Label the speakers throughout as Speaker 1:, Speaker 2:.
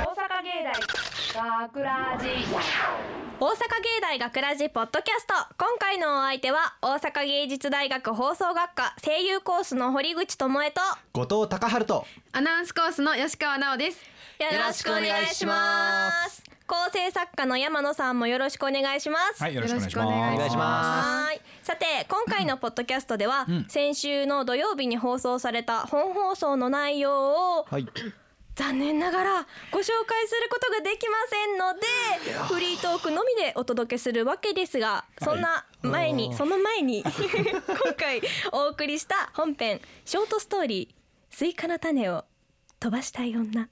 Speaker 1: 大学ラジ
Speaker 2: 大阪芸大学ラジポッドキャスト今回のお相手は大阪芸術大学放送学科声優コースの堀口智恵と
Speaker 3: 後藤隆春と
Speaker 4: アナウンスコースの吉川奈緒です。
Speaker 2: よ
Speaker 3: ろしくお願いします
Speaker 2: 構成作家の山野さんもよろしくお願いします
Speaker 5: はい、よろしくお願いし
Speaker 4: よろしく
Speaker 5: ます。
Speaker 4: お願
Speaker 2: はいさて今回のポッドキャストでは、先週の土曜日に放送された本放送の内容を、
Speaker 3: はい
Speaker 2: 残念ながらご紹介することができませんのでフリートークのみでお届けするわけですがそんな前に、その前に今回お送りした本編ショートストーリー「スイカの種を飛ばしたい女」の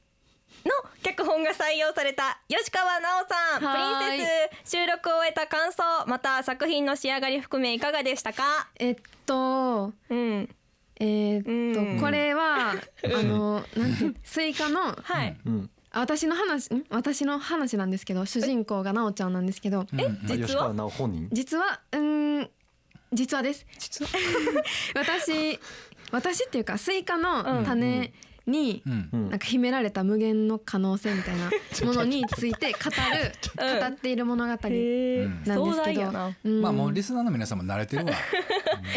Speaker 2: 脚本が採用された吉川奈緒さん
Speaker 4: は
Speaker 2: プ
Speaker 4: ーい
Speaker 2: リンセス収録を終えた感想また作品の仕上がり含めいかがでしたか
Speaker 4: えっと、
Speaker 2: うん
Speaker 4: えーっと、
Speaker 2: うん
Speaker 4: これは、あの、なんて、スイカの、
Speaker 2: はい、
Speaker 3: うん
Speaker 4: あ私の話、ん私の話なんですけど、主人公が奈緒ちゃんなんですけど、
Speaker 5: え
Speaker 3: あ
Speaker 2: 実
Speaker 3: 吉川
Speaker 2: は
Speaker 3: 直 本人
Speaker 4: 実は、うーん、実はです。 私、私っていうか、スイカの種に、
Speaker 5: うん
Speaker 3: う、ん
Speaker 4: なんか秘められた無限の可能性みたいなものについて語
Speaker 2: うん
Speaker 4: る語っている物語なんですけ
Speaker 2: へ
Speaker 5: うん
Speaker 4: ど、
Speaker 2: 壮大やな
Speaker 4: うん
Speaker 5: まあもうリスナーの皆さんも慣れてるわ。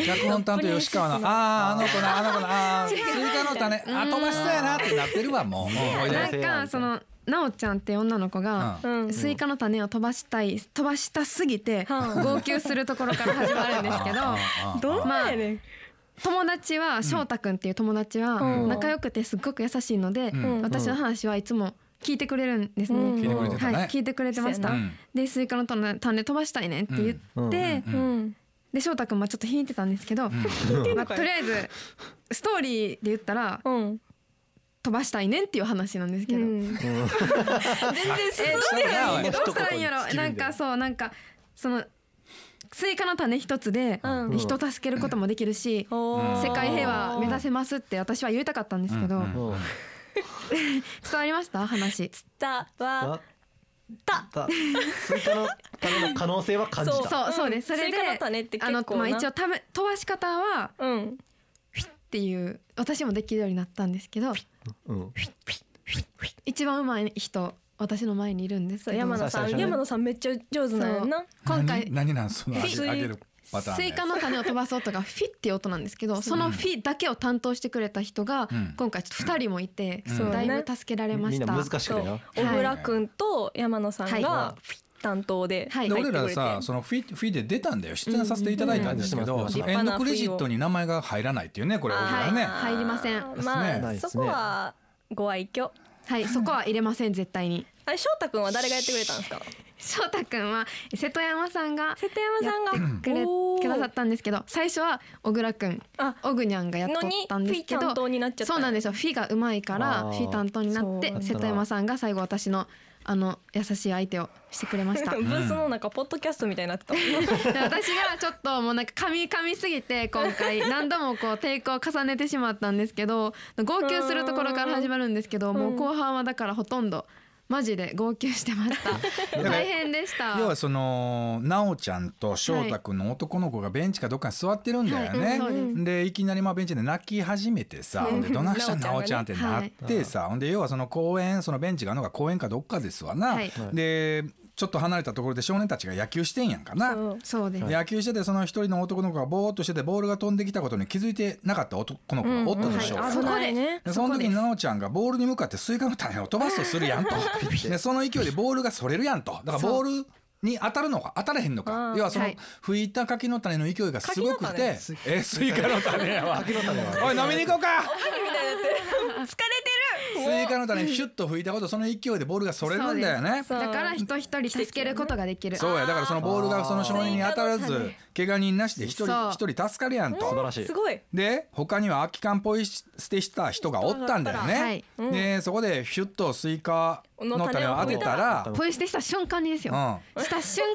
Speaker 5: 脚本担当吉川の、ああ、あの子な、あの子な、あースイカの種、あ、飛ばしそうやなってなってるわ、もう。もうおいで
Speaker 4: なんかそのなおちゃんって女の子が、
Speaker 5: うん
Speaker 4: スイカの種を飛ばしたい飛ばしたすぎて、
Speaker 2: うん
Speaker 4: 号泣するところから始まるんですけど
Speaker 5: あーあーあー
Speaker 2: どんなやねん、
Speaker 4: 友達は翔太くんっていう友達は
Speaker 2: うん
Speaker 4: 仲良くてすっごく優しいので、
Speaker 5: うん
Speaker 4: 私の話はいつも聞いてくれるんですね。
Speaker 2: うん聞いて
Speaker 5: くれてたね
Speaker 4: はい、聞いてくれてました。
Speaker 5: うん
Speaker 4: でスイカの種種飛ばしたいねって言って、
Speaker 3: うん
Speaker 5: うん
Speaker 2: うん
Speaker 4: で翔太くんはちょっと引いてたんですけど、まあ、とりあえずストーリーで言ったら
Speaker 2: うん
Speaker 4: 飛ばしたいねんっていう話なんですけど、
Speaker 2: うん
Speaker 4: えどうしたらいいんやろどうしたらいいんや
Speaker 3: 一
Speaker 4: ろ
Speaker 3: 言
Speaker 4: な
Speaker 3: に尽きるん
Speaker 4: ん
Speaker 3: だよ
Speaker 4: かそうなんかそのスイカの種一つで
Speaker 2: うん
Speaker 4: で人助けることもできるし、世
Speaker 2: 世
Speaker 4: 界平和目指せますって私は言いたかったんですけど、
Speaker 5: うん
Speaker 3: うん
Speaker 4: 伝わりました話
Speaker 2: だは
Speaker 3: あ
Speaker 2: た
Speaker 3: だスイカの種の可能性は感じ
Speaker 2: そう
Speaker 3: た
Speaker 4: そうそうですそれで
Speaker 2: スイカの種って結構な
Speaker 4: あの、まあ、一応ため飛ばし方は
Speaker 2: うん
Speaker 4: っていう私もできるようになったんですけど
Speaker 3: うん
Speaker 4: 一番上手い人私の前にいるんです
Speaker 2: そ
Speaker 4: け
Speaker 2: う
Speaker 4: ど
Speaker 2: 山野さん
Speaker 3: 最初ね
Speaker 2: 山野さんめっちゃ上手なんやな
Speaker 4: 今回
Speaker 5: 何何なんその、あ
Speaker 2: スイ
Speaker 5: げあげるパターンのや
Speaker 4: スイ
Speaker 5: つ。
Speaker 4: カの種を飛ばす音がフィっていう音なんですけどそのフィだけを担当してくれた人が
Speaker 5: うん
Speaker 4: 今回ちょっと2人もいて
Speaker 5: うんそう
Speaker 4: だ
Speaker 2: ね
Speaker 4: いぶ助けられま
Speaker 3: み
Speaker 4: し
Speaker 3: んな
Speaker 4: た
Speaker 3: 難し
Speaker 2: そ
Speaker 3: く
Speaker 2: う
Speaker 3: てな
Speaker 2: 小倉くんと山野さん
Speaker 4: は
Speaker 2: が担当で
Speaker 4: はい
Speaker 5: で
Speaker 2: 入って
Speaker 5: 俺
Speaker 2: くれ
Speaker 5: ら
Speaker 2: て
Speaker 5: さそのフィフィで出たんだよ出演させていただいたんですけ
Speaker 3: うんう
Speaker 5: ど、
Speaker 3: んうん
Speaker 5: そのエンドクレジットに名前が入らないっていうねこれ俺らね、
Speaker 2: あー
Speaker 4: 入りません
Speaker 2: ま
Speaker 3: な
Speaker 2: あ
Speaker 3: いです
Speaker 2: そ
Speaker 3: ね
Speaker 2: こはご愛嬌
Speaker 4: はいそこは入れません絶対に
Speaker 2: あれ翔太くんは誰がやってくれたんですか
Speaker 4: 翔太くんは瀬戸山さんが
Speaker 2: 瀬戸山さんが
Speaker 4: やってくれ
Speaker 2: おー
Speaker 4: くださったんですけど最初は小倉くん
Speaker 2: あ
Speaker 4: 小グニャンがやっとったんですけ
Speaker 2: のにフィ担
Speaker 4: ど
Speaker 2: 当になっちゃった
Speaker 4: そうなんですよフィがうまいから
Speaker 3: あ
Speaker 4: フ
Speaker 3: ー
Speaker 4: ィ担当になっ
Speaker 2: そう
Speaker 4: て
Speaker 2: なん
Speaker 3: だ
Speaker 4: 瀬戸山さんが最後私のあの優しい相手をしてくれまし た
Speaker 2: ブースの中ポッドキャストみたいになってたもん
Speaker 4: で私がちょっともうなんか噛み噛みすぎて今回何度もこう抵抗を重ねてしまったんですけど号泣するところから始まるんですけどもう後半はだからほとんどマジで号泣してました
Speaker 5: ら
Speaker 4: 大変でした
Speaker 5: 要はその奈緒ちゃんと翔太くんの男の子がベンチかどっかに座ってるんだよね、
Speaker 4: はいはいうんそう
Speaker 5: でいきなりまあベンチで泣き始めてさ、ほんでどないしたん奈緒ちゃんってなってさ、ほんで要はその公園そのベンチがあるのが公園かどっかですわな、
Speaker 4: はい
Speaker 5: でちょっと離れたところで少年たちが野球してんやんかな。
Speaker 2: うん
Speaker 4: そうです
Speaker 5: 野球しててその一人の男の子がぼーっとしててボールが飛んできたことに気づいてなかった男の子がおったでしょう、
Speaker 2: はい危ないね
Speaker 5: でその時に奈緒ちゃんがボールに向かってスイカの種を飛ばすとするやんとでその勢いでボールがそれるやんとだからボールに当たるのか当たらへんのか要はその
Speaker 4: はい
Speaker 5: 吹いた柿の種の勢いがすごく
Speaker 2: 柿
Speaker 5: てえスイカの種やわおい飲みに行こ うか
Speaker 2: 疲れてる
Speaker 5: スイカの種ヒュッと吹いたことその勢いでボールがそれるんだよね
Speaker 2: う
Speaker 4: だから人一人助けることができる
Speaker 5: そうやだからそのボールがその少年に当たら
Speaker 2: スイカの
Speaker 5: ず
Speaker 2: 種
Speaker 5: 怪我人なしで一
Speaker 4: そ
Speaker 5: 人
Speaker 4: う
Speaker 5: 一人助かるやんと
Speaker 3: 素晴らしい
Speaker 2: すごい
Speaker 5: で他には空き缶ポイ捨てした人がおったんだよね、
Speaker 4: はい
Speaker 5: でそこでヒュッとスイカの種を当てたら
Speaker 4: ポイ捨てした瞬間にですよ、
Speaker 5: う
Speaker 4: した瞬
Speaker 5: う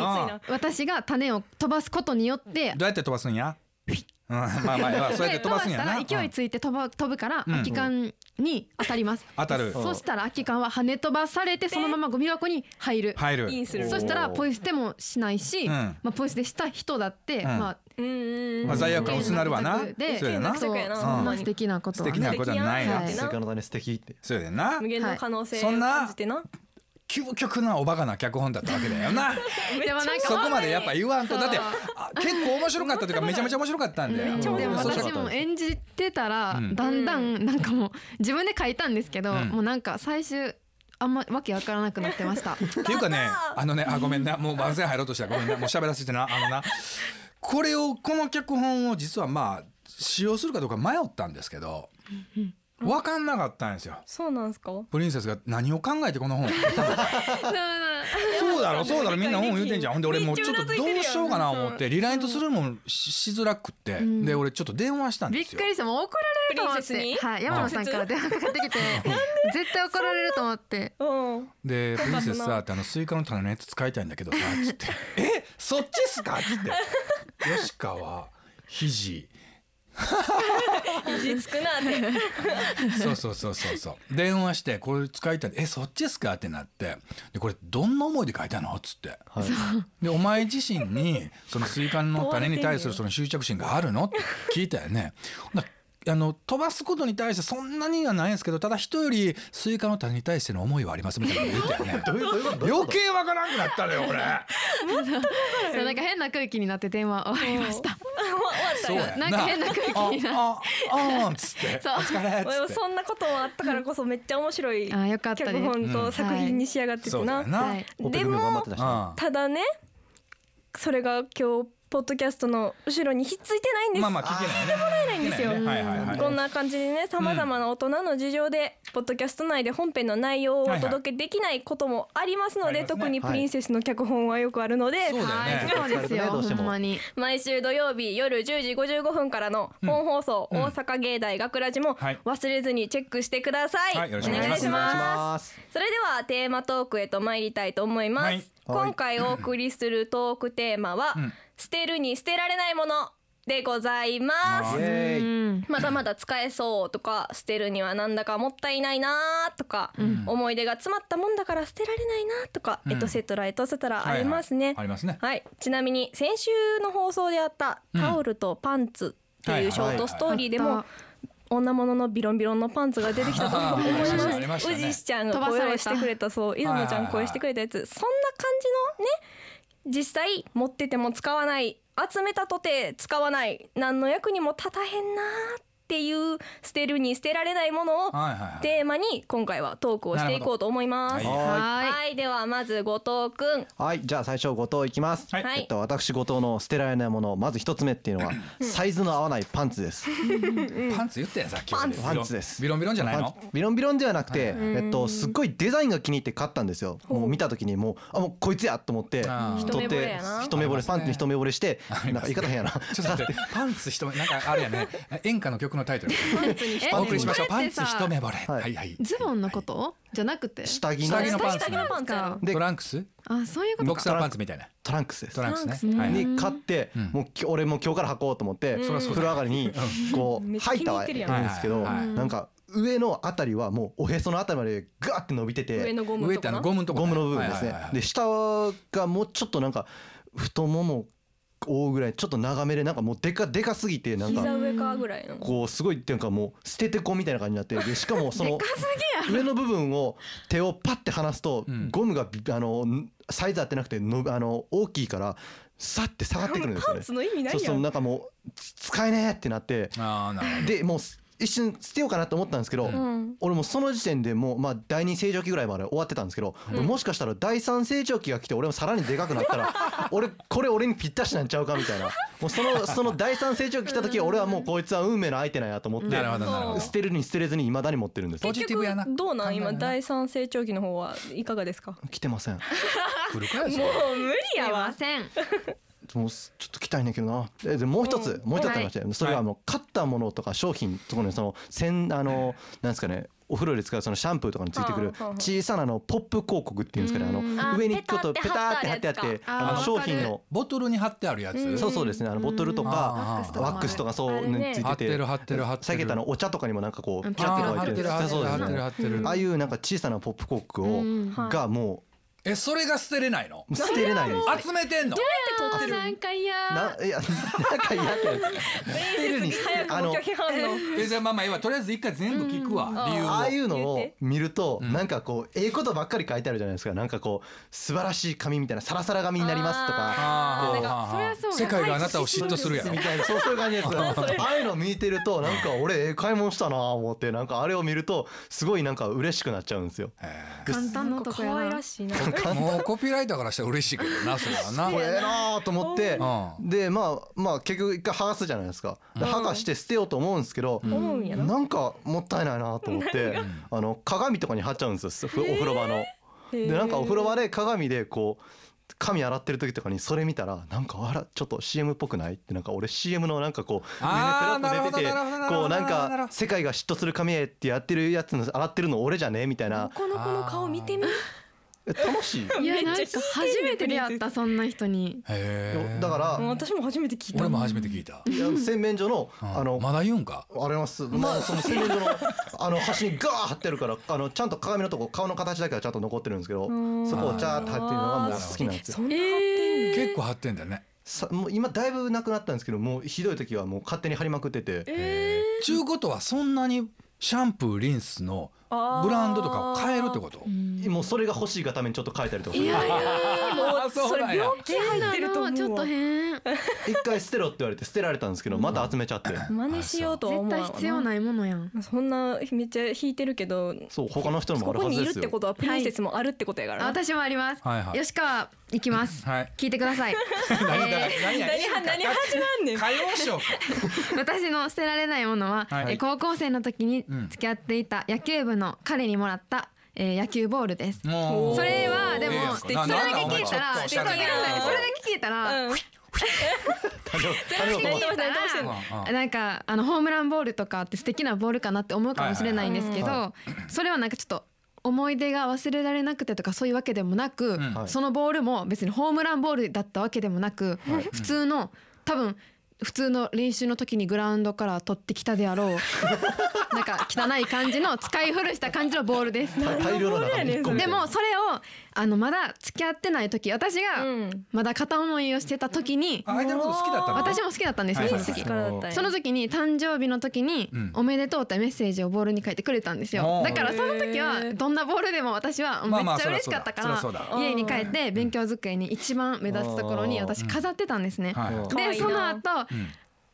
Speaker 4: 間
Speaker 5: ん
Speaker 4: に私が種を飛ばすことによって
Speaker 5: どうやって飛ばすんや、うんまあまあそうやって飛ばすんやな
Speaker 4: で飛ばしたら勢いついて飛ば飛ぶから空き缶に当たります、
Speaker 5: 当たる
Speaker 4: そしたら空き缶は跳ね飛ばされてそのままゴミ箱に入る、
Speaker 5: 入る
Speaker 2: インする
Speaker 4: そしたらポイ捨てもしないし、
Speaker 5: うん
Speaker 4: まあ、ポイ捨てした人だって、
Speaker 5: ん
Speaker 4: まあ
Speaker 2: うんうん
Speaker 5: まあ罪悪感薄なるわな
Speaker 4: で
Speaker 5: そうやな
Speaker 2: そうやな
Speaker 4: そんな素敵なこと
Speaker 5: 素
Speaker 4: はね
Speaker 5: 敵なことはないな
Speaker 4: は
Speaker 3: ス
Speaker 4: い
Speaker 3: イカの種素敵って
Speaker 5: そうやな
Speaker 2: 無限の可能性を
Speaker 5: はい
Speaker 2: 感じてな,、
Speaker 5: 究極なおバカな脚本だったわけだよな
Speaker 4: で もなんか
Speaker 5: そこまでやっぱ言わんとだってあ結構面白かったというかめちゃめちゃ面白かったんだよ
Speaker 3: めちゃめ
Speaker 4: でも
Speaker 3: 面白かった
Speaker 4: 私も演じてたら
Speaker 5: うん
Speaker 4: だんだんなんかもう自分で書いたんですけど、
Speaker 5: うん
Speaker 4: もうなんか最終あんまわけわからなくなってました。
Speaker 5: っていうかねあのねあごめんなもう番宣入ろうとしたごめんなもう喋らせてなあのなこれをこの脚本を実はまあ使用するかどうか迷ったんですけど分かんなかったんですよ
Speaker 2: そうなんすか
Speaker 5: プリンセスが何を考えてこの 本そうだろそうだろみんな本言うてんじゃんほんで俺もうちょっとどうしようかな思ってリライトするのもししづらくって
Speaker 4: ん
Speaker 5: で俺ちょっと電話したん
Speaker 4: び
Speaker 5: で
Speaker 4: っ
Speaker 5: す
Speaker 4: く
Speaker 5: よ
Speaker 4: りしたもう怒られると思っ
Speaker 2: プリンセスに
Speaker 4: て、はい、山野さんから電話かかってきて 絶対怒られると思って
Speaker 2: うん
Speaker 5: で「プリンセスさ」ってあのスイカの種のやつ使いたいんだけどさ」っ つって「えそっちっすか?」っつって吉川肘
Speaker 2: 肘つくなって
Speaker 5: そうそうそうそうそう電話して「これ使いたい」えそっちっすか?」ってなって「でこれどんな思いで書いたの?」っつって
Speaker 3: はい
Speaker 5: でお前自身にそのスイカの種に対するその執着心があるのって聞いたよね。だあの飛ばすことに対してそんなにはないんですけどただ人よりスイカの種に対しての思いはありますみたいなこと言ったよね
Speaker 3: どういうどういうことどういうこ
Speaker 5: 余
Speaker 3: と
Speaker 5: 計わからんくなったのよ俺
Speaker 4: そうなんか変な空気になって電話終わりま した
Speaker 5: そうや
Speaker 4: なんか変な空気になっ
Speaker 5: あああんつって
Speaker 4: そう
Speaker 5: お疲れっ
Speaker 2: でも
Speaker 5: つっ
Speaker 2: そんなこともあったからこそめっちゃ面白い
Speaker 4: あーよかったです
Speaker 2: 脚本
Speaker 5: う
Speaker 2: と
Speaker 5: ん
Speaker 2: 作品に仕上がって
Speaker 5: て
Speaker 2: て
Speaker 5: そう
Speaker 2: な、
Speaker 5: だよな、
Speaker 4: はい
Speaker 3: オープニング頑張ってたしな
Speaker 5: う
Speaker 2: ただねそれが今日ポッドキャストの後ろにひっついてないんで
Speaker 5: ん
Speaker 2: す、
Speaker 5: まあまあ聞けないね聞けない
Speaker 2: ないんですよ
Speaker 5: ねはいはいはい
Speaker 2: こんな感じでねさまざまな大人の事情で、ポッドキャスト内で本編の内容をお届けできないこともありますので、
Speaker 5: はいはい
Speaker 2: 特にプリンセスの脚本はよくあるので、
Speaker 5: そうだよね
Speaker 4: はいそうですよ
Speaker 3: どうして
Speaker 4: ほ
Speaker 3: も
Speaker 4: んまに
Speaker 2: 毎週土曜日夜10時55分からの本放送、
Speaker 5: うん
Speaker 2: 大阪芸大学ラジも
Speaker 5: はい
Speaker 2: 忘れずにチェックしてください、
Speaker 5: はいよろしく
Speaker 2: お
Speaker 5: お願いし
Speaker 2: 願
Speaker 5: ま
Speaker 2: い
Speaker 5: す
Speaker 2: しますすそれではテーマトークへと参りたいと思います、
Speaker 5: はい
Speaker 3: はい
Speaker 2: 今回お送りするトークテーマは、
Speaker 5: ん
Speaker 2: 捨てるに捨てられないものでございます
Speaker 3: イ
Speaker 5: はい
Speaker 3: エーイ
Speaker 2: まだまだ使えそうとか捨てるにはなんだかもったいないなとか、思い出が詰まったもんだから捨てられないなとか、
Speaker 5: ん
Speaker 2: エトセトラエトセトラありますね、
Speaker 5: はいはいありますね
Speaker 2: はい、ちなみに先週の放送であった「タオルとパンツ」というショートストーリーで
Speaker 4: はいは
Speaker 2: も
Speaker 4: い
Speaker 2: 女物のビロンビロンのパンツが出てきたと思いま
Speaker 5: ありまし
Speaker 2: す。
Speaker 5: た
Speaker 2: う
Speaker 5: ね
Speaker 2: じしちゃんが声をしてくれたそう、
Speaker 5: 飛
Speaker 2: 稲
Speaker 5: ばされ
Speaker 2: 野
Speaker 5: た
Speaker 2: ちゃん声してくれたやつ、そんな感じのね実際持ってても使わない集めたとて使わない何の役にも立たへんなーっていう捨てるに捨てられないものを
Speaker 5: はいはいはい
Speaker 2: テーマに今回はトークをしていこうと思います。
Speaker 5: なるほ
Speaker 2: は、
Speaker 5: ど
Speaker 4: はいい
Speaker 2: ではまず後藤くん、
Speaker 3: はいじゃあ最初後藤いきます、
Speaker 5: はい
Speaker 2: はい
Speaker 3: えっと私後藤の捨てられないものまず一つ目っていう のはサイズの合わないパンツです
Speaker 5: パンツ言ったやんさっき
Speaker 2: パン
Speaker 3: ツパンツです
Speaker 5: ビロンビロンじゃないの
Speaker 3: パンツビロンビロンではなくて、えっと、すっごいデザインが気に入って買ったんですよもう見た時にもうあもうこいつやと思って
Speaker 5: あー
Speaker 3: 取って
Speaker 2: 一目惚れやな
Speaker 3: 一目惚れパンツに一目惚れしてなんか言い方変やな
Speaker 5: ちょっと待ってパンツ一目なんかあれやね演歌の曲のタイトル
Speaker 4: え
Speaker 5: お送りしましょう
Speaker 4: こ
Speaker 5: パ
Speaker 4: れっ
Speaker 5: ン
Speaker 4: て
Speaker 5: ツ
Speaker 4: さ
Speaker 5: 一目惚れ
Speaker 3: はい
Speaker 5: はいはい
Speaker 4: ズボンのことじゃなくて
Speaker 3: 下着の
Speaker 5: 下着のパンツ
Speaker 2: 下着のパンツやろ
Speaker 5: トランクス
Speaker 4: あそういうこと
Speaker 5: ボ
Speaker 4: か
Speaker 5: クサーパンツみたいな
Speaker 3: トランクスです
Speaker 5: トランクスね
Speaker 4: トラ
Speaker 5: はい
Speaker 4: ンクスね
Speaker 3: に買って、
Speaker 5: うん
Speaker 3: もうき俺も今日から履こうと思って、
Speaker 5: そりゃそうだ
Speaker 3: 風呂上がりにこ
Speaker 2: め
Speaker 3: う
Speaker 2: っちゃ
Speaker 3: 履いたは
Speaker 2: 気
Speaker 3: い
Speaker 2: に入ってる
Speaker 3: る
Speaker 2: やん
Speaker 3: んですけど、
Speaker 5: はいはい
Speaker 3: なんか上のあたりはもうおへそのあたりまでガーって伸びて
Speaker 2: 上
Speaker 3: て
Speaker 2: のゴム
Speaker 5: 上っ
Speaker 2: と
Speaker 5: て
Speaker 2: か
Speaker 5: あ
Speaker 2: な
Speaker 5: のゴムのとこ
Speaker 3: ゴムの部分ですね、
Speaker 5: はいはいはい
Speaker 3: で下がもうちょっとなんか太もも大ぐらいちょっと長めでなんかもうでかでかすぎてなん
Speaker 2: 膝
Speaker 3: か
Speaker 2: 上かぐらいの。
Speaker 3: こうすごいっていうかもう捨ててこみたいな感じになってでしかもその上の部分を手をパッて離すと
Speaker 5: うん
Speaker 3: ゴムがあのサイズ合ってなくてのあの大きいからさって下がってくるんですよ
Speaker 2: の
Speaker 3: ね。
Speaker 2: 意味
Speaker 3: そうそうなんかもうつ使えねえってなって
Speaker 5: ああなるほど
Speaker 3: でもうす一瞬捨てようかなと思ったんですけど、
Speaker 2: ん
Speaker 3: 俺もうその時点でもうまあ第二成長期ぐらいまで終わってたんですけど、俺もしかしたら第三成長期が来て俺もさらにでかくなったら 俺これ俺にぴったしなんちゃうかみたいなもうそのその第三成長期来た時俺はもうこいつは運命の相手なんやと思って
Speaker 5: なるほどなるほど
Speaker 3: 捨てるに捨てれずに未だに持ってるんです
Speaker 5: ポジティブやな
Speaker 2: 結局どうなん
Speaker 5: 考え
Speaker 2: 今
Speaker 5: るな
Speaker 2: 第三成長期の方はいかがですか。も
Speaker 3: 来てません
Speaker 5: 来るかよそれ
Speaker 2: う無理
Speaker 4: すいま。せん
Speaker 3: もうすちょっと来たいんだけどなえでもう一つ、もう一つありまして、それはもう買ったものとか商品とかのそのせんあの、なんですかねお風呂で使うそのシャンプーとかについてく
Speaker 2: は
Speaker 3: る
Speaker 2: あはあはあ
Speaker 3: 小さなあのポップ広告っていうんですかねあ
Speaker 2: うん
Speaker 3: の
Speaker 2: あ
Speaker 3: 上にちょっとペ
Speaker 2: ペ
Speaker 3: タ
Speaker 2: タ
Speaker 3: ー
Speaker 2: っ
Speaker 3: ってて
Speaker 2: 貼っ
Speaker 3: 貼ってて
Speaker 2: あ
Speaker 3: あ
Speaker 2: るや
Speaker 3: っ
Speaker 2: つ
Speaker 3: て
Speaker 2: か
Speaker 3: あ
Speaker 4: あ
Speaker 3: の
Speaker 4: ー
Speaker 3: 商品の
Speaker 5: ボトルに貼ってあるやつ、
Speaker 2: うん
Speaker 3: そうそうですねあのボトルとか
Speaker 5: あ
Speaker 4: ー
Speaker 5: ー
Speaker 3: ワックスとかそういうのについ
Speaker 5: 貼っててる
Speaker 3: て
Speaker 5: 貼ってる貼ってる
Speaker 3: さっき言ったあのお茶とかにもなんかこ
Speaker 4: うん
Speaker 3: う
Speaker 4: ピ
Speaker 3: ピ
Speaker 4: ャ
Speaker 3: ャ
Speaker 4: ッ
Speaker 3: ッと置
Speaker 4: てこうや
Speaker 3: い
Speaker 4: ってて
Speaker 3: る
Speaker 5: 貼ってる
Speaker 3: そう
Speaker 5: 貼
Speaker 3: で
Speaker 5: っ
Speaker 3: す
Speaker 5: て
Speaker 3: ね
Speaker 5: る貼ってる
Speaker 3: ああいうなんか小さなポップ広告
Speaker 4: う
Speaker 3: を
Speaker 4: ん
Speaker 2: はい
Speaker 3: がも
Speaker 5: えそれが捨てれないの
Speaker 3: う捨てれないです
Speaker 5: 集めてんの
Speaker 4: あなんか嫌
Speaker 3: ないや なんか嫌って捨てるに
Speaker 2: 早くも拒否反応
Speaker 5: えじゃあまあまあ今とりあえず一回全部聞くわ、理由を
Speaker 3: ああいうの
Speaker 2: 言っ
Speaker 3: を
Speaker 2: て
Speaker 3: 見ると
Speaker 5: うん
Speaker 3: なんかこうええことばっかり書いてあるじゃないですかなんかこう素晴らしい紙みたいなサラサラ紙になりますとか
Speaker 5: あ
Speaker 4: な
Speaker 5: ー
Speaker 4: んかそれはそう
Speaker 5: 世界があなたを嫉妬するやろ
Speaker 3: みたいなそうそういう感じですああいうの見てるとなんか俺ええ買い物したなあ思ってなんかあれを見るとすごいなんか嬉しくなっちゃうんですよ
Speaker 5: へ
Speaker 4: 簡単な
Speaker 2: なんか
Speaker 4: とこや
Speaker 2: 可愛ら
Speaker 4: な
Speaker 2: しいな
Speaker 5: ーもうコピーライターからしたら嬉しいけどなそれはな
Speaker 3: これええなあと思って
Speaker 5: う
Speaker 3: でまあまあ結局一回剥がすじゃないですかで剥がして捨てようと思うんですけど
Speaker 2: 思うんやな
Speaker 3: なんかもったいないなと思ってあの鏡とかに貼っちゃうんですよふお風呂場の。でなんかお風呂場で鏡でこう髪洗ってる時とかにそれ見たらなんかあらちょっと CM っぽくないってなんか俺 CM のなんかこう
Speaker 5: あー
Speaker 3: 胸ペラッと出てて
Speaker 5: なるほどなるほど
Speaker 3: こうなん
Speaker 5: なるほ
Speaker 3: か
Speaker 5: ど
Speaker 3: 世界が嫉妬する髪へってやってるやつの洗ってるの俺じゃねみたいな
Speaker 2: この子の顔見てみ
Speaker 3: え楽しい
Speaker 4: いやなん
Speaker 2: め
Speaker 4: か
Speaker 2: っちゃ聞いてる
Speaker 4: 初めて出会ったそんな人に
Speaker 5: へえ
Speaker 3: だから
Speaker 2: 私も初めて聞いた
Speaker 5: 俺も初めて聞いた、
Speaker 3: いや洗面所の
Speaker 5: うん
Speaker 3: あの
Speaker 5: まだ言うんか
Speaker 3: あります。まあその洗面所のあの端にガー貼ってあるから、あのちゃんと鏡のとこ顔の形だけはちゃんと残ってるんですけど、そこをチャーって貼ってるのがもう好きなんですよ。
Speaker 2: そんな貼っ
Speaker 4: え
Speaker 5: 結構貼ってんだね
Speaker 3: さもう今だいぶなくなったんですけど、もうひどい時はもう勝手に貼りまくってて、
Speaker 5: ちゅうことはそんなにシャンプーリンスのブランドとかを変えるってこと
Speaker 3: もうそれが欲しいがためにちょっと変えたりとかす
Speaker 4: い
Speaker 3: る。
Speaker 4: やいや
Speaker 5: あーそうなんや
Speaker 2: 気入ってると
Speaker 4: ち
Speaker 2: 思うわ
Speaker 4: ょっと変
Speaker 3: 一回捨てろって言われて捨てられたんですけど、また集めちゃって。
Speaker 2: 真似しようとは思
Speaker 4: 絶
Speaker 2: わん
Speaker 4: 対
Speaker 2: わ
Speaker 4: 必要ないものやん
Speaker 2: そんなめっちゃ引いてるけど
Speaker 3: そう他の人のもあ
Speaker 2: こ
Speaker 3: る
Speaker 2: こ
Speaker 3: は
Speaker 2: に
Speaker 3: ず
Speaker 2: い
Speaker 3: で
Speaker 2: るっ
Speaker 3: す
Speaker 2: て
Speaker 3: よ
Speaker 2: こ。とはプリンセスもあるってことやからな
Speaker 4: 私もあります
Speaker 5: はいはい
Speaker 4: 吉川行きます
Speaker 5: はい
Speaker 4: 聞いてくだ さい
Speaker 5: 何何何
Speaker 2: 何は何始まんねん
Speaker 5: 歌謡ショー
Speaker 4: 私の捨てられないものは、
Speaker 5: はい
Speaker 4: え高校生の時に付き合っていた野球部の彼にもらった、えー野球ボールです
Speaker 5: かもう
Speaker 4: それはでも
Speaker 5: ええやんか
Speaker 4: それ
Speaker 5: な
Speaker 4: だけ
Speaker 5: なんだお
Speaker 4: 聞
Speaker 5: 前
Speaker 4: いたら
Speaker 5: ちょっとおしゃれだな
Speaker 2: ちょっと
Speaker 4: それだけ聞いたら、
Speaker 2: うん
Speaker 3: 種を種を飛ばす
Speaker 2: どうしたのどうした
Speaker 5: のうんうん
Speaker 4: なんかあのホームランボールとかって素敵なボールかなって思うかもしれないんですけど、
Speaker 3: はいは
Speaker 4: それはなんかちょっと思い出が忘れられなくてとかそういうわけでもなく、
Speaker 5: ん
Speaker 3: はい
Speaker 4: そのボールも別にホームランボールだったわけでもなく、普通の多分普通の練習の時にグラウンドから取ってきたであろうなんか汚い感じの使い古した感じのボールです。
Speaker 3: 大大量の中に一個みた
Speaker 4: で
Speaker 3: いな
Speaker 4: もそれをあのまだ付き合ってない時私が
Speaker 2: うん
Speaker 4: まだ片思いをしてた時に
Speaker 5: あ相手のこと好きだったの
Speaker 4: 私も好きだったんですよ
Speaker 5: はい
Speaker 4: そ
Speaker 5: はい
Speaker 4: の
Speaker 5: はい
Speaker 4: 時
Speaker 2: 力だったんや
Speaker 4: その時に誕生日の時に
Speaker 5: うん
Speaker 4: 「おめでとう」ってメッセージをボールに書いてくれたんですよ
Speaker 5: おー
Speaker 4: だからその時はどんなボールでも私は
Speaker 5: ま
Speaker 4: め
Speaker 5: あまあ
Speaker 4: っちゃ嬉しかったか
Speaker 5: そりゃそう
Speaker 4: ら
Speaker 2: だ
Speaker 4: 家に帰って勉強机に一番目立つところに私飾ってたんですね
Speaker 5: はい
Speaker 3: うん
Speaker 2: 可愛
Speaker 4: で
Speaker 2: いな
Speaker 4: その後
Speaker 5: ん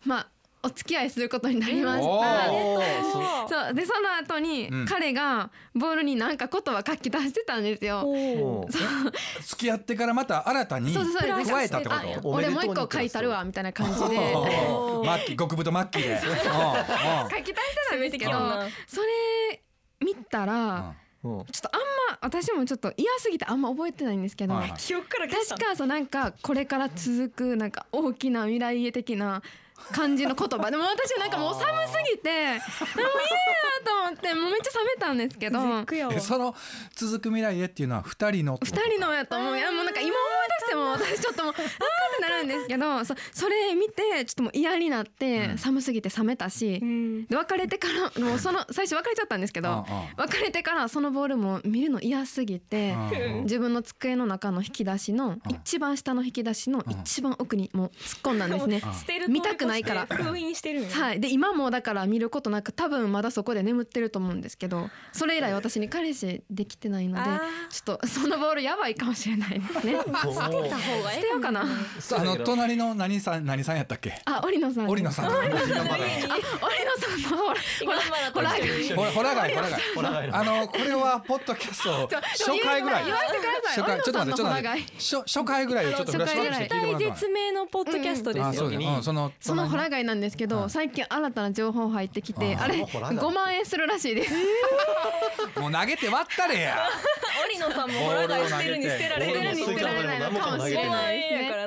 Speaker 4: まあお付き合いすることになりまし
Speaker 5: お
Speaker 4: た
Speaker 5: ー
Speaker 4: そうでその後に
Speaker 5: うん
Speaker 4: 彼がボールになんか言葉書き出してたんですよ
Speaker 2: お
Speaker 3: うん
Speaker 5: 付き合ってからまた新たに
Speaker 4: そうそうそう
Speaker 5: 加えたってこ
Speaker 4: あ
Speaker 5: と
Speaker 3: おめ
Speaker 4: 俺
Speaker 3: でと
Speaker 4: も
Speaker 3: う
Speaker 4: う
Speaker 3: に
Speaker 4: 一個書いたるわみたいな感じで
Speaker 5: おーマッキー極太マッキーで
Speaker 4: 書き出してたんですけど
Speaker 5: 攻
Speaker 2: めて
Speaker 4: それ見た
Speaker 5: うん
Speaker 4: ら
Speaker 3: うん
Speaker 4: ちょっとあんま私もちょっと嫌すぎてあんま覚えてないんですけど、
Speaker 5: はいはい
Speaker 2: 記憶から消した
Speaker 4: 確かそうなんかこれから続くなんか大きな未来へ的な感じの言 葉でも私なんかもう寒すぎてもういいやと思ってもうめっちゃ冷めたんですけど
Speaker 2: 絶句やわ
Speaker 5: えその続く未来へっていうのは二人のってこと
Speaker 4: 二人のやと思ういやもうなんか今思い出して も私ちょっともうあーってなるんですけどそそれ見てちょっともう嫌になって、
Speaker 5: うん
Speaker 4: 寒すぎて冷めたし、
Speaker 2: うん
Speaker 4: で別れてからもうその最初別れちゃったんですけど
Speaker 5: うんうん
Speaker 4: 別れてからそのボールも見るの嫌すぎて
Speaker 5: うんうん
Speaker 4: 自分の机の中の引き出しの
Speaker 5: うん
Speaker 4: 一番下の引き出しの一番奥にもう突っ込んだんですね。
Speaker 2: 捨てる
Speaker 4: 見たくないから
Speaker 2: 封印してるんや
Speaker 4: はい、で今もだから見ることなく多分まだそこで眠ってると思うんですけどそれ以来私に彼氏できてないので
Speaker 2: あ
Speaker 4: ちょっとそのボールやばいかもしれないです ね
Speaker 3: もう
Speaker 2: 方が
Speaker 4: 捨
Speaker 2: え
Speaker 4: てようかな
Speaker 5: あの隣の何さん何さんやったっけ
Speaker 4: あ織野さん
Speaker 5: 織野さん
Speaker 4: 織野さんの
Speaker 5: 頑張れ
Speaker 4: ほらほらほら
Speaker 5: ほらほらがいほらがい
Speaker 3: ほら貝の
Speaker 5: あのこれはポッドキャスト初回ぐらい
Speaker 4: 言わせてください
Speaker 5: 初回ちょっと待ってちょっと待って
Speaker 4: て
Speaker 5: 初初回ぐらいでちょっとフラッシュバックして聞いても
Speaker 2: 絶
Speaker 5: らわな
Speaker 2: 対
Speaker 5: い
Speaker 2: 絶命のポッドキャストですよ、
Speaker 5: あそうだうんその
Speaker 4: そのホラ
Speaker 5: が
Speaker 4: 貝なんですけど、最近新たな情報入ってきて、
Speaker 5: あー
Speaker 4: あれ
Speaker 3: ホラ貝
Speaker 4: 5万円するらしいです。
Speaker 5: もう投げて割ったれや
Speaker 2: 織野さんもホラ貝捨てるに捨てられ
Speaker 3: ボール
Speaker 2: るに捨
Speaker 3: を投げて
Speaker 2: てられ
Speaker 4: ないのかもしれ
Speaker 2: 5
Speaker 4: な
Speaker 2: 万
Speaker 4: いです
Speaker 2: 円
Speaker 4: ね
Speaker 2: や。から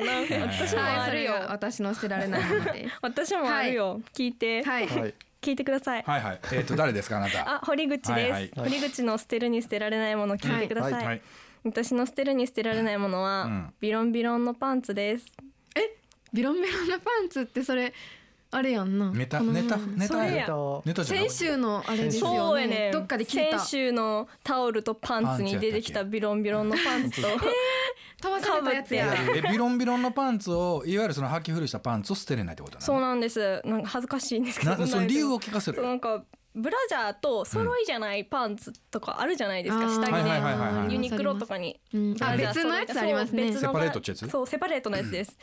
Speaker 2: な私も
Speaker 4: はい、
Speaker 2: あ
Speaker 4: そ
Speaker 2: る
Speaker 4: れ
Speaker 2: よ
Speaker 4: よ私の捨てられないものです。
Speaker 2: 私もあるよ聞いて、
Speaker 4: はい、
Speaker 3: はい
Speaker 2: 聞いてください。
Speaker 5: はいはい。えっと誰ですかあなた。
Speaker 2: あ、堀口です、
Speaker 5: はいはい
Speaker 2: 堀口の捨てるに捨てられないもの聞いてください。
Speaker 3: はい
Speaker 5: はい
Speaker 2: 私の捨てるに捨てられないものは、
Speaker 5: うん
Speaker 2: ビロンビロンのパンツです。
Speaker 4: ビロンビロンなパンツってそれあれやんな
Speaker 5: ネタ
Speaker 4: この前
Speaker 5: ネタネ
Speaker 2: そ
Speaker 5: タ
Speaker 2: れや
Speaker 5: ネタじゃな
Speaker 4: 先
Speaker 5: い。
Speaker 4: 週のあれですよね
Speaker 2: そうやねん。
Speaker 4: どっかで聞いた
Speaker 2: 先週のタオルとパンツに出てきたビロンビロンのパンツと。
Speaker 4: たわされたやつや
Speaker 2: かぶ
Speaker 5: えビロンビロンのパンツをいわゆるその履き古したパンツを捨てれないってことなの。
Speaker 2: そうなんです。なんか恥ずかしいんですけど。
Speaker 5: なその理由を聞かせ
Speaker 2: そう
Speaker 5: る。
Speaker 2: なんかブラジャーと揃いじゃないパンツとかあるじゃないですか、下着で、
Speaker 5: はいはいはいはいはい
Speaker 2: ユニクロとかに
Speaker 4: うんあ別のやつありますね
Speaker 2: そう別
Speaker 5: セ
Speaker 2: の
Speaker 5: パレートってやつ
Speaker 2: そうセパレートのやつです、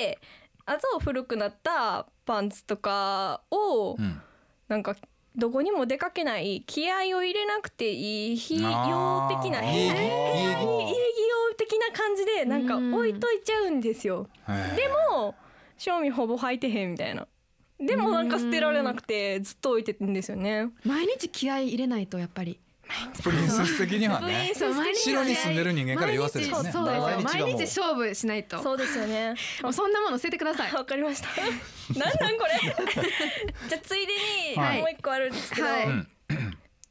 Speaker 2: であと古くなったパンツとかを、
Speaker 5: うん。
Speaker 2: なんかどこにも出かけない気合を入れなくていい非用的な
Speaker 5: あー
Speaker 2: 非非
Speaker 5: いい
Speaker 2: 非非非用的な感じでなんか置いといちゃうんですよ、
Speaker 5: でも
Speaker 2: もう正味ほぼ履いてへんみたいなでもなんか捨てられなくてずっと置いてるんですよね
Speaker 4: 毎日気合い入れないとやっぱり
Speaker 5: プリンセス的にはね。
Speaker 2: そう毎日
Speaker 5: 白に住んでる人間から言わせるよ
Speaker 4: 毎
Speaker 5: ね
Speaker 4: 日そうそ
Speaker 3: 毎
Speaker 4: う
Speaker 3: 日がもう
Speaker 4: 毎日勝負しないと
Speaker 2: そうですよね
Speaker 4: もうそんなもの捨ててください
Speaker 2: わかりま したなんなんこれじゃあついでに
Speaker 5: はい
Speaker 2: もう一個あるんですけど、
Speaker 4: はい
Speaker 5: うん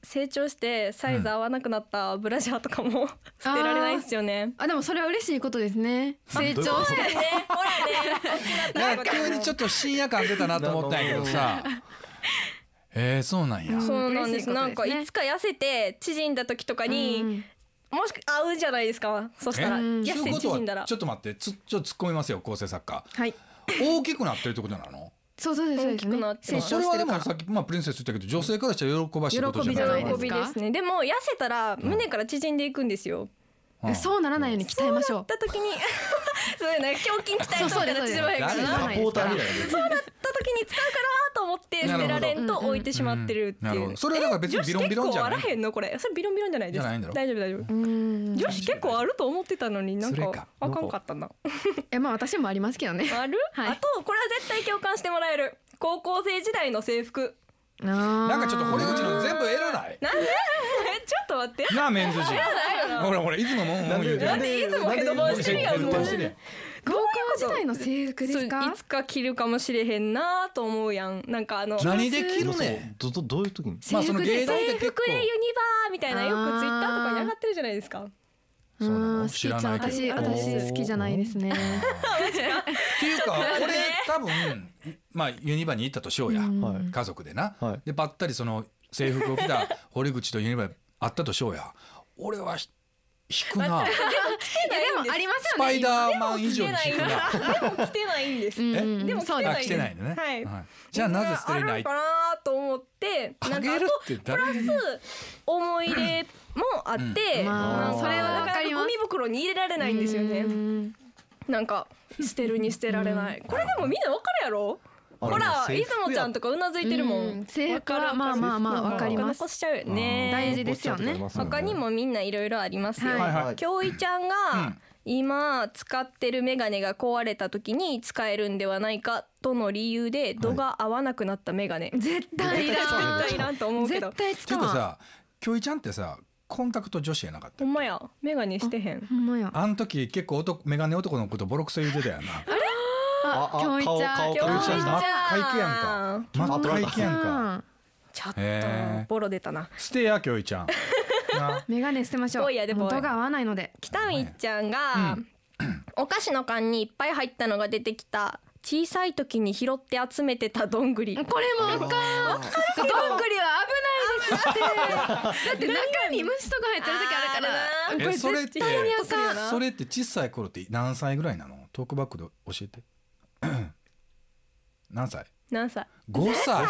Speaker 2: 成長してサイズ合わなくなったブラジャーとかも捨てられないですよね
Speaker 4: あでもそれは嬉しいことですね成長
Speaker 5: どういうこ
Speaker 4: し
Speaker 5: と
Speaker 2: ね
Speaker 4: て
Speaker 2: ほらね
Speaker 5: なんか急にちょっと深夜感出たなと思ったんやけどさ。 えー、そうなんや。
Speaker 2: そうなんで
Speaker 4: 嬉しい
Speaker 2: す。
Speaker 4: ことですね
Speaker 2: なんかいつか痩せて縮んだ時とかに、
Speaker 4: うん
Speaker 2: もしく合うじゃないですか。そしたら
Speaker 5: え
Speaker 2: 痩
Speaker 5: そ
Speaker 2: せ
Speaker 5: ういう
Speaker 2: て
Speaker 5: こと
Speaker 2: 縮んだら
Speaker 5: はちょっと待ってつちょっと突っ込みますよ構成作家
Speaker 4: はい
Speaker 5: 大きくなってるってことなの
Speaker 4: そうそうですそう
Speaker 2: 大
Speaker 4: です
Speaker 2: きくな
Speaker 4: ね
Speaker 2: ってま
Speaker 5: そ
Speaker 2: す。
Speaker 5: れはでもさっき、まあ、プリンセス言ったけど女性からしたら喜ばしいことじゃない
Speaker 4: 喜
Speaker 2: 喜びですね。でも痩せたら胸から縮んでいくんです よ。
Speaker 5: うん
Speaker 4: そうならないように鍛えましょう
Speaker 2: だ時に そうやね胸筋鍛えたみたいな縮まへんから
Speaker 5: そうそうですそう
Speaker 2: な。だっ
Speaker 5: です誰だ
Speaker 3: サポーターみたいな
Speaker 2: た時に使うからと思って捨てられんと置いてしまってるって
Speaker 5: なる
Speaker 2: い
Speaker 5: ほ
Speaker 2: う
Speaker 5: ど。それはだから別にビロンビロンじゃな
Speaker 2: 女子結構あらへ
Speaker 5: い
Speaker 2: んのこれ。それビロンビロンじゃないです。
Speaker 5: じゃないんだろ
Speaker 2: 大丈夫大丈夫。
Speaker 4: うん
Speaker 2: 女子結構あると思ってたのになん
Speaker 5: それ
Speaker 2: か
Speaker 5: か
Speaker 2: あかんかったな。
Speaker 4: えまあ私もありますけどね
Speaker 2: ある、
Speaker 4: はい
Speaker 2: あとこれは絶対共感してもらえる高校生時代の制服
Speaker 5: な
Speaker 4: なん
Speaker 5: かちょっと堀口の全部エロない
Speaker 2: なんで えちょっと待って
Speaker 5: なあメンズ人ほらほらいつももんもん言うて
Speaker 2: なんでいつもヘドバンしてるやんもう
Speaker 3: ヘドバンしてるやん
Speaker 4: 高校時代の制服で
Speaker 2: そう
Speaker 4: す
Speaker 2: い
Speaker 4: か
Speaker 2: つか着るかもしれへんなと思うやんなんかあの
Speaker 5: 何で着る
Speaker 3: そう
Speaker 5: ね
Speaker 3: どどどういう時に
Speaker 5: まあその芸大って
Speaker 2: 制
Speaker 5: 結構
Speaker 2: 服でユニバーみたいなよくツイッターとかに上がってるじゃないですか
Speaker 5: そうなの
Speaker 4: うん
Speaker 5: 知らないけど
Speaker 4: 私私好きじゃないですね
Speaker 5: っていうか俺多分まあユニバに行ったとしようや
Speaker 3: はい
Speaker 5: 家族でな
Speaker 3: はい
Speaker 5: でばったりその制服を着た堀口とユニバに会ったとしようや俺はひ引くな
Speaker 4: えでもありますよ
Speaker 5: スパ
Speaker 4: ね
Speaker 5: イダーマン以上に引くな
Speaker 2: でも着てないんです
Speaker 4: うんうん
Speaker 5: え
Speaker 2: でも着てない
Speaker 5: あ着てないのね
Speaker 2: はい
Speaker 5: はいじゃあなぜ捨てれな
Speaker 2: ある
Speaker 5: い
Speaker 2: かなと思って
Speaker 5: あ
Speaker 2: なんか
Speaker 5: げ
Speaker 2: あ
Speaker 5: る
Speaker 2: と
Speaker 5: って誰に
Speaker 2: 思い出もあって、
Speaker 4: うんま
Speaker 3: あ
Speaker 2: それは
Speaker 4: わ
Speaker 2: な
Speaker 4: か
Speaker 2: か
Speaker 4: り
Speaker 2: な
Speaker 4: ま
Speaker 2: かゴ
Speaker 4: す
Speaker 2: ミ袋に入れられないんですよね
Speaker 4: うん
Speaker 2: なんか捨てるに捨てられない、これでもみんなわかるやろ
Speaker 3: あ
Speaker 2: ほら
Speaker 3: 制
Speaker 2: い
Speaker 3: 服
Speaker 2: つもちゃんとかうなずいてるもん、
Speaker 4: うん制
Speaker 2: わ
Speaker 4: 服
Speaker 2: かる
Speaker 4: はまあまあまあわかります
Speaker 2: 残しちゃうよね
Speaker 4: 大事ですよね
Speaker 2: 他にもみんないろいろありますよ、
Speaker 4: はい
Speaker 5: はい
Speaker 3: はい
Speaker 2: 京井ちゃん
Speaker 5: う
Speaker 2: が
Speaker 5: ん
Speaker 2: 今使ってるメガネが壊れた時に使えるんではないかとの理由で度が合わなくなったメガネ、
Speaker 4: 絶対いらん
Speaker 2: 絶対いらんと思うけど
Speaker 4: 絶対
Speaker 5: ち
Speaker 4: 使
Speaker 5: ょっ
Speaker 4: わ
Speaker 5: と
Speaker 4: ん
Speaker 5: さ京井ちゃんってさコンタクト女子やなかった
Speaker 2: ほんまやメガネしてへん
Speaker 4: ほんまや
Speaker 5: あん時結構男メガネ男のことボロクソ言うてたやんな
Speaker 3: ああ
Speaker 4: 教育
Speaker 3: 顔顔
Speaker 4: 教
Speaker 2: 京
Speaker 4: 育
Speaker 2: 井
Speaker 5: あ
Speaker 2: ちゃん
Speaker 5: 真っ赤いけやんか真っ赤いけやんか
Speaker 2: ちょっと
Speaker 5: へー
Speaker 2: ボロ出たな
Speaker 5: 捨てや京井ち ゃんな
Speaker 4: メガネ捨てましょう
Speaker 2: ボイやでボイ
Speaker 4: 音が合わないので
Speaker 2: 北見ちゃんが、
Speaker 5: う
Speaker 2: お菓子の缶にいっぱい入ったのが出てきた小さい時に拾って集めてたどんぐり
Speaker 4: これもあかんどんぐりは危ないですってだって中に虫とか入ってる時ある
Speaker 2: あ
Speaker 4: か
Speaker 2: る
Speaker 4: ら
Speaker 5: えそれっ
Speaker 2: 絶
Speaker 5: て
Speaker 2: 対にあかん
Speaker 5: それって小さい頃って何歳ぐらいなのトークバックで教えて 何歳
Speaker 2: 何歳
Speaker 5: 5歳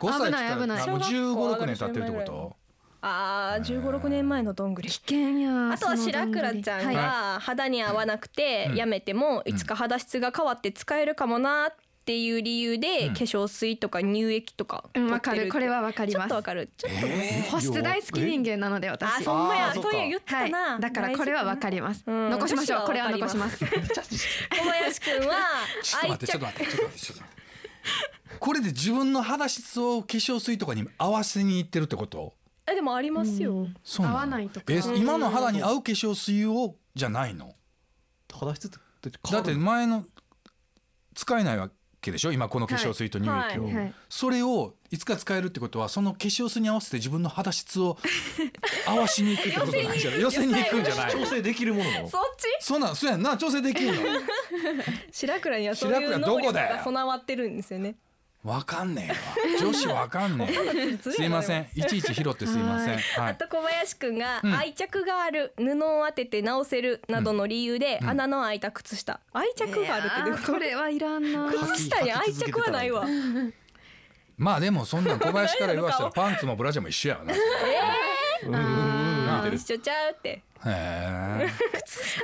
Speaker 5: 5歳
Speaker 4: 危ない危ない
Speaker 5: もう1 5 6年経ってるっ
Speaker 2: 小学校上が
Speaker 5: てこ
Speaker 2: るぐらい
Speaker 5: と
Speaker 2: あー1 5 6年前のどんぐり
Speaker 4: 危険や
Speaker 2: あとは白倉ちゃん
Speaker 4: はい
Speaker 2: が肌に合わなくてやめてもいつか肌質が変わって使えるかもなっていう理由で
Speaker 5: うん
Speaker 2: 化粧水とか乳液とか
Speaker 4: うんわか
Speaker 2: 取ってっ
Speaker 4: る
Speaker 2: て
Speaker 4: これはわかり
Speaker 2: ちょ
Speaker 4: ま
Speaker 2: っ
Speaker 4: す
Speaker 2: とわかるちょっと
Speaker 4: 保湿大好き人間なので
Speaker 2: あ
Speaker 4: 私
Speaker 2: そんまや
Speaker 3: あーそっ
Speaker 2: そ
Speaker 3: か
Speaker 2: ういう言った
Speaker 4: は
Speaker 2: な、
Speaker 4: いだからこれはわかります
Speaker 2: うん
Speaker 4: 残しましょうこれは残します
Speaker 2: 小林くんは
Speaker 5: ちょっと
Speaker 2: 愛
Speaker 5: 待ってちょ
Speaker 2: 着
Speaker 5: っと待ってちょっと待ってちょっと待ってこれで自分の肌質を化粧水とかに合わせにいってるってこと
Speaker 2: えでもありますよ、
Speaker 5: そうなの
Speaker 4: 合わないとか
Speaker 5: え今の肌に合う化粧水をじゃないの
Speaker 3: 肌質って
Speaker 5: だって前の使えないはけでしょ今この化粧水と乳液を、
Speaker 4: はいはい
Speaker 5: それをいつか使えるってことはその化粧水に合わせて自分の肌質を合わしに行くってことなんじゃない寄せに行くんじゃない
Speaker 3: 調整できるものなの
Speaker 2: そっち
Speaker 5: そうなんそうやんな調整できる
Speaker 2: 白倉にはそういう
Speaker 5: 白倉ど
Speaker 2: 能
Speaker 5: こ
Speaker 2: 力
Speaker 5: だよ
Speaker 2: が備わってるんですよね
Speaker 5: のわかんねえわ女子わかんねえすいませんいちいち拾ってすいませんは
Speaker 2: あ
Speaker 5: い
Speaker 2: と小林くんが
Speaker 5: うん
Speaker 2: 愛着がある布を当てて直せるなどの理由で
Speaker 5: ん
Speaker 2: 穴の開いた靴下愛着があるってどういうこと
Speaker 4: これはいら んな
Speaker 2: 靴下に愛着はないわ
Speaker 5: まあでもそんなん小林から言わしたらパンツもブラジャーも一緒やわな
Speaker 2: あー一緒ちゃうって
Speaker 5: へえ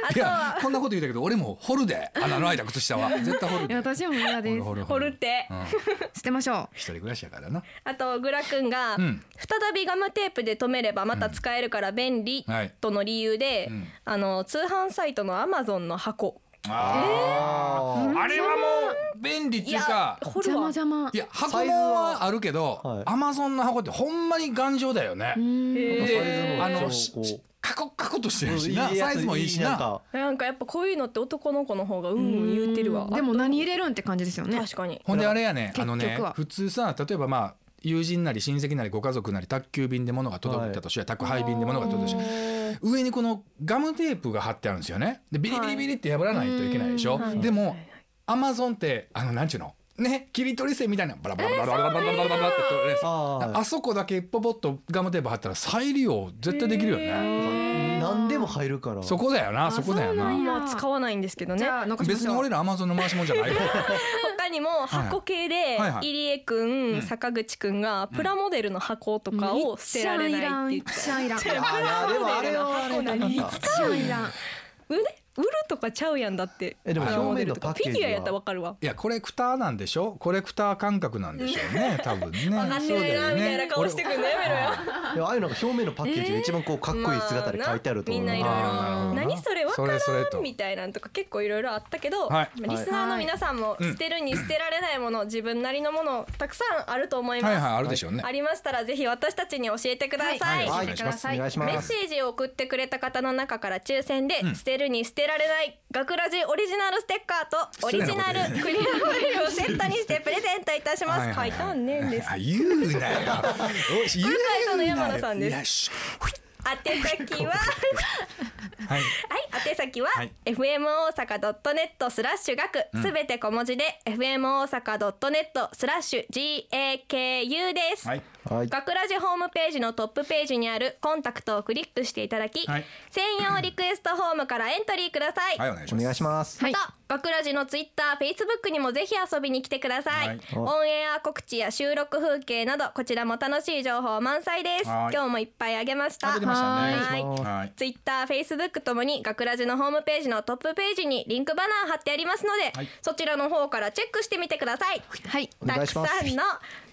Speaker 2: あ
Speaker 5: い
Speaker 2: と
Speaker 5: や
Speaker 2: は
Speaker 5: こんなこと言うたけど俺も掘るで穴の開いた靴下は絶対掘る
Speaker 4: いや
Speaker 5: で
Speaker 4: 私も嫌です
Speaker 5: 掘る
Speaker 2: 掘るって
Speaker 5: うん
Speaker 4: 捨てましょ
Speaker 5: 一人暮らしやからな
Speaker 2: あとグラくんが
Speaker 5: うん
Speaker 2: 再びガムテープで留めればまた使えるから便利
Speaker 5: うんはい
Speaker 2: との理由で
Speaker 5: うん
Speaker 2: あの通販サイトのアマゾンの箱
Speaker 5: あーあれはもう便利って
Speaker 2: い
Speaker 5: いう
Speaker 2: や
Speaker 5: か
Speaker 4: う
Speaker 2: 掘
Speaker 4: 邪
Speaker 2: る
Speaker 4: 魔
Speaker 2: わ
Speaker 4: 邪魔
Speaker 5: いや
Speaker 3: サ
Speaker 5: 箱
Speaker 3: イズ
Speaker 5: も
Speaker 3: は
Speaker 5: はあるけど
Speaker 3: はい
Speaker 5: アマゾンの箱ってほんまに頑丈だよね
Speaker 4: う。
Speaker 2: へ
Speaker 4: ん
Speaker 2: ー
Speaker 5: であ
Speaker 3: サイズも
Speaker 5: の
Speaker 3: そうこう
Speaker 5: しカコカコっとしてるし
Speaker 3: い
Speaker 5: ない
Speaker 3: や
Speaker 5: サ
Speaker 3: つ
Speaker 5: イズもいいし
Speaker 3: なん
Speaker 5: な。
Speaker 3: か
Speaker 2: なんかやっぱこういうのって男の子の方がうんうん言うてるわ
Speaker 4: でも何入れるんって感じですよね
Speaker 2: 確かに
Speaker 5: ほんであれやねあの
Speaker 4: 結
Speaker 5: ね
Speaker 4: 局は
Speaker 5: 普通さ例えばまあ友人なり親戚なりご家族なり宅急便で物が届いたとしよう宅配便で物が届いたとしよう上にこのガムテープが貼ってあるんですよね。でビリビリビリって破らないといけないでしょ。
Speaker 2: はい
Speaker 5: でもアマゾンってあのなんちゅうのね切り取り線みたいなバラバラバラバラバラバラバラバラって取れる
Speaker 3: あー
Speaker 5: あそこだけポポッとガムテープ貼ったら再利用絶対できるよね。
Speaker 3: 何でも入るから
Speaker 5: そこだよな、そこだよ
Speaker 4: そうなん
Speaker 5: な。
Speaker 4: や
Speaker 2: まあ使わないんですけどね
Speaker 4: じゃあ残しま
Speaker 5: 別
Speaker 4: し
Speaker 5: に
Speaker 4: ょ
Speaker 5: 俺
Speaker 4: う
Speaker 5: らアマゾンの回しもんじゃないよ。
Speaker 2: 他にも箱系で
Speaker 5: はいはい
Speaker 2: 入江くん坂口くんがプラモデルの箱とかを捨てられないって言って
Speaker 4: ちゃんいらんいちゃんいらん
Speaker 3: あーいやでもあれはあれなかった
Speaker 4: 一番いらん
Speaker 2: 売れ売るとかちゃうやんだって
Speaker 3: えでも
Speaker 2: プラモデルとか
Speaker 3: 表面のパッケージは
Speaker 2: フィギュアやったらわかるわ
Speaker 5: いや、コレクターなんでしょコレクター感覚なんでしょうね、多分ね。そう
Speaker 2: 分かって
Speaker 5: だ
Speaker 2: るな
Speaker 5: よ
Speaker 2: み
Speaker 5: ね
Speaker 2: たいな顔してくるのやめろよ
Speaker 3: いやああいうのが表面のパッケージが一番こうかっこいい姿で書いてあると思う、
Speaker 2: まあなみんないろいろ
Speaker 5: あーなるほどな
Speaker 2: 何それわか
Speaker 5: それそれ
Speaker 2: ら
Speaker 5: と
Speaker 2: んみたいなんとか結構いろいろあったけど、
Speaker 5: はい
Speaker 2: リスナーの皆さんも
Speaker 5: い
Speaker 2: 捨てるに捨てられないもの、自分なりのものたくさんあると思います、
Speaker 5: はいはい、あるでしょうね
Speaker 2: あ。りましたらぜひ私たちに教えてください、
Speaker 5: はい
Speaker 3: はい
Speaker 5: お願いします
Speaker 3: お願いし
Speaker 2: メ
Speaker 3: ま
Speaker 2: ッ
Speaker 3: す
Speaker 2: セージを送ってくれた方の中から抽選で、捨てるに捨てられない学ラジオリジナルステッカーとオリジナルクリアファイルをセットにしてプレゼントいたします、
Speaker 5: はいはい
Speaker 2: 書いたんねんです
Speaker 5: あ、言うなよ。言
Speaker 2: イトの山田さんです
Speaker 5: よし
Speaker 2: 宛先 はは
Speaker 5: はい。
Speaker 2: い、宛先は、
Speaker 5: はい
Speaker 2: fm 大阪ドットネットスラッシュ学すべて小文字で fm 大阪ドットネットスラッシュ g a k u です。
Speaker 5: はい。
Speaker 3: はい
Speaker 2: 学ラジホームページのトップページにあるコンタクトをクリックしていただき、
Speaker 5: はい
Speaker 2: 専用リクエストフォームからエントリーください。
Speaker 5: はい、お願いし
Speaker 3: お
Speaker 5: ます。
Speaker 3: 願いします
Speaker 4: はい
Speaker 2: また学ラジのツイッター、フェイスブックにもぜひ遊びに来てください。
Speaker 5: はい
Speaker 2: オンエア告知や収録風景などこちらも楽しい情報満載です。
Speaker 5: は
Speaker 2: 今
Speaker 5: い
Speaker 2: 日もいっぱいあげました。
Speaker 5: あ出てましたね
Speaker 2: はい
Speaker 3: お願いします
Speaker 5: はい。
Speaker 2: ツイッター、フェイスブックともに学ラジのホームページのトップページにリンクバナー貼ってありますので、
Speaker 5: はい
Speaker 2: そちらの方からチェックしてみてください。
Speaker 4: はい
Speaker 3: お願いします
Speaker 2: たくさんの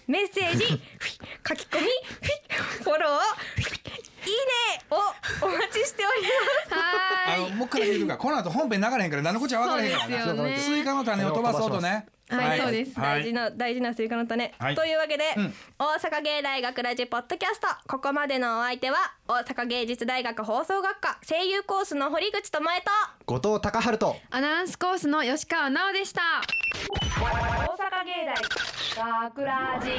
Speaker 2: メッセー ジ、書き込み、フォロー、いいねをお待ちしており
Speaker 5: あの、もう一回言うか、この後本編流れへんから、何のこっちゃ分からへんから
Speaker 4: そうですよ
Speaker 5: な。
Speaker 4: ね
Speaker 5: スイカの種を飛ばそうとね。
Speaker 4: はいそうです
Speaker 2: ます。大事な大事なスイカの種、
Speaker 5: はい
Speaker 2: というわけで、
Speaker 5: うん
Speaker 2: 大阪芸大学ラジポッドキャストここまでのお相手は大阪芸術大学放送学科声優コースの堀口智恵と
Speaker 3: 後藤隆春と
Speaker 4: アナウンスコースの吉川奈緒でした
Speaker 1: 大阪芸大学ラジ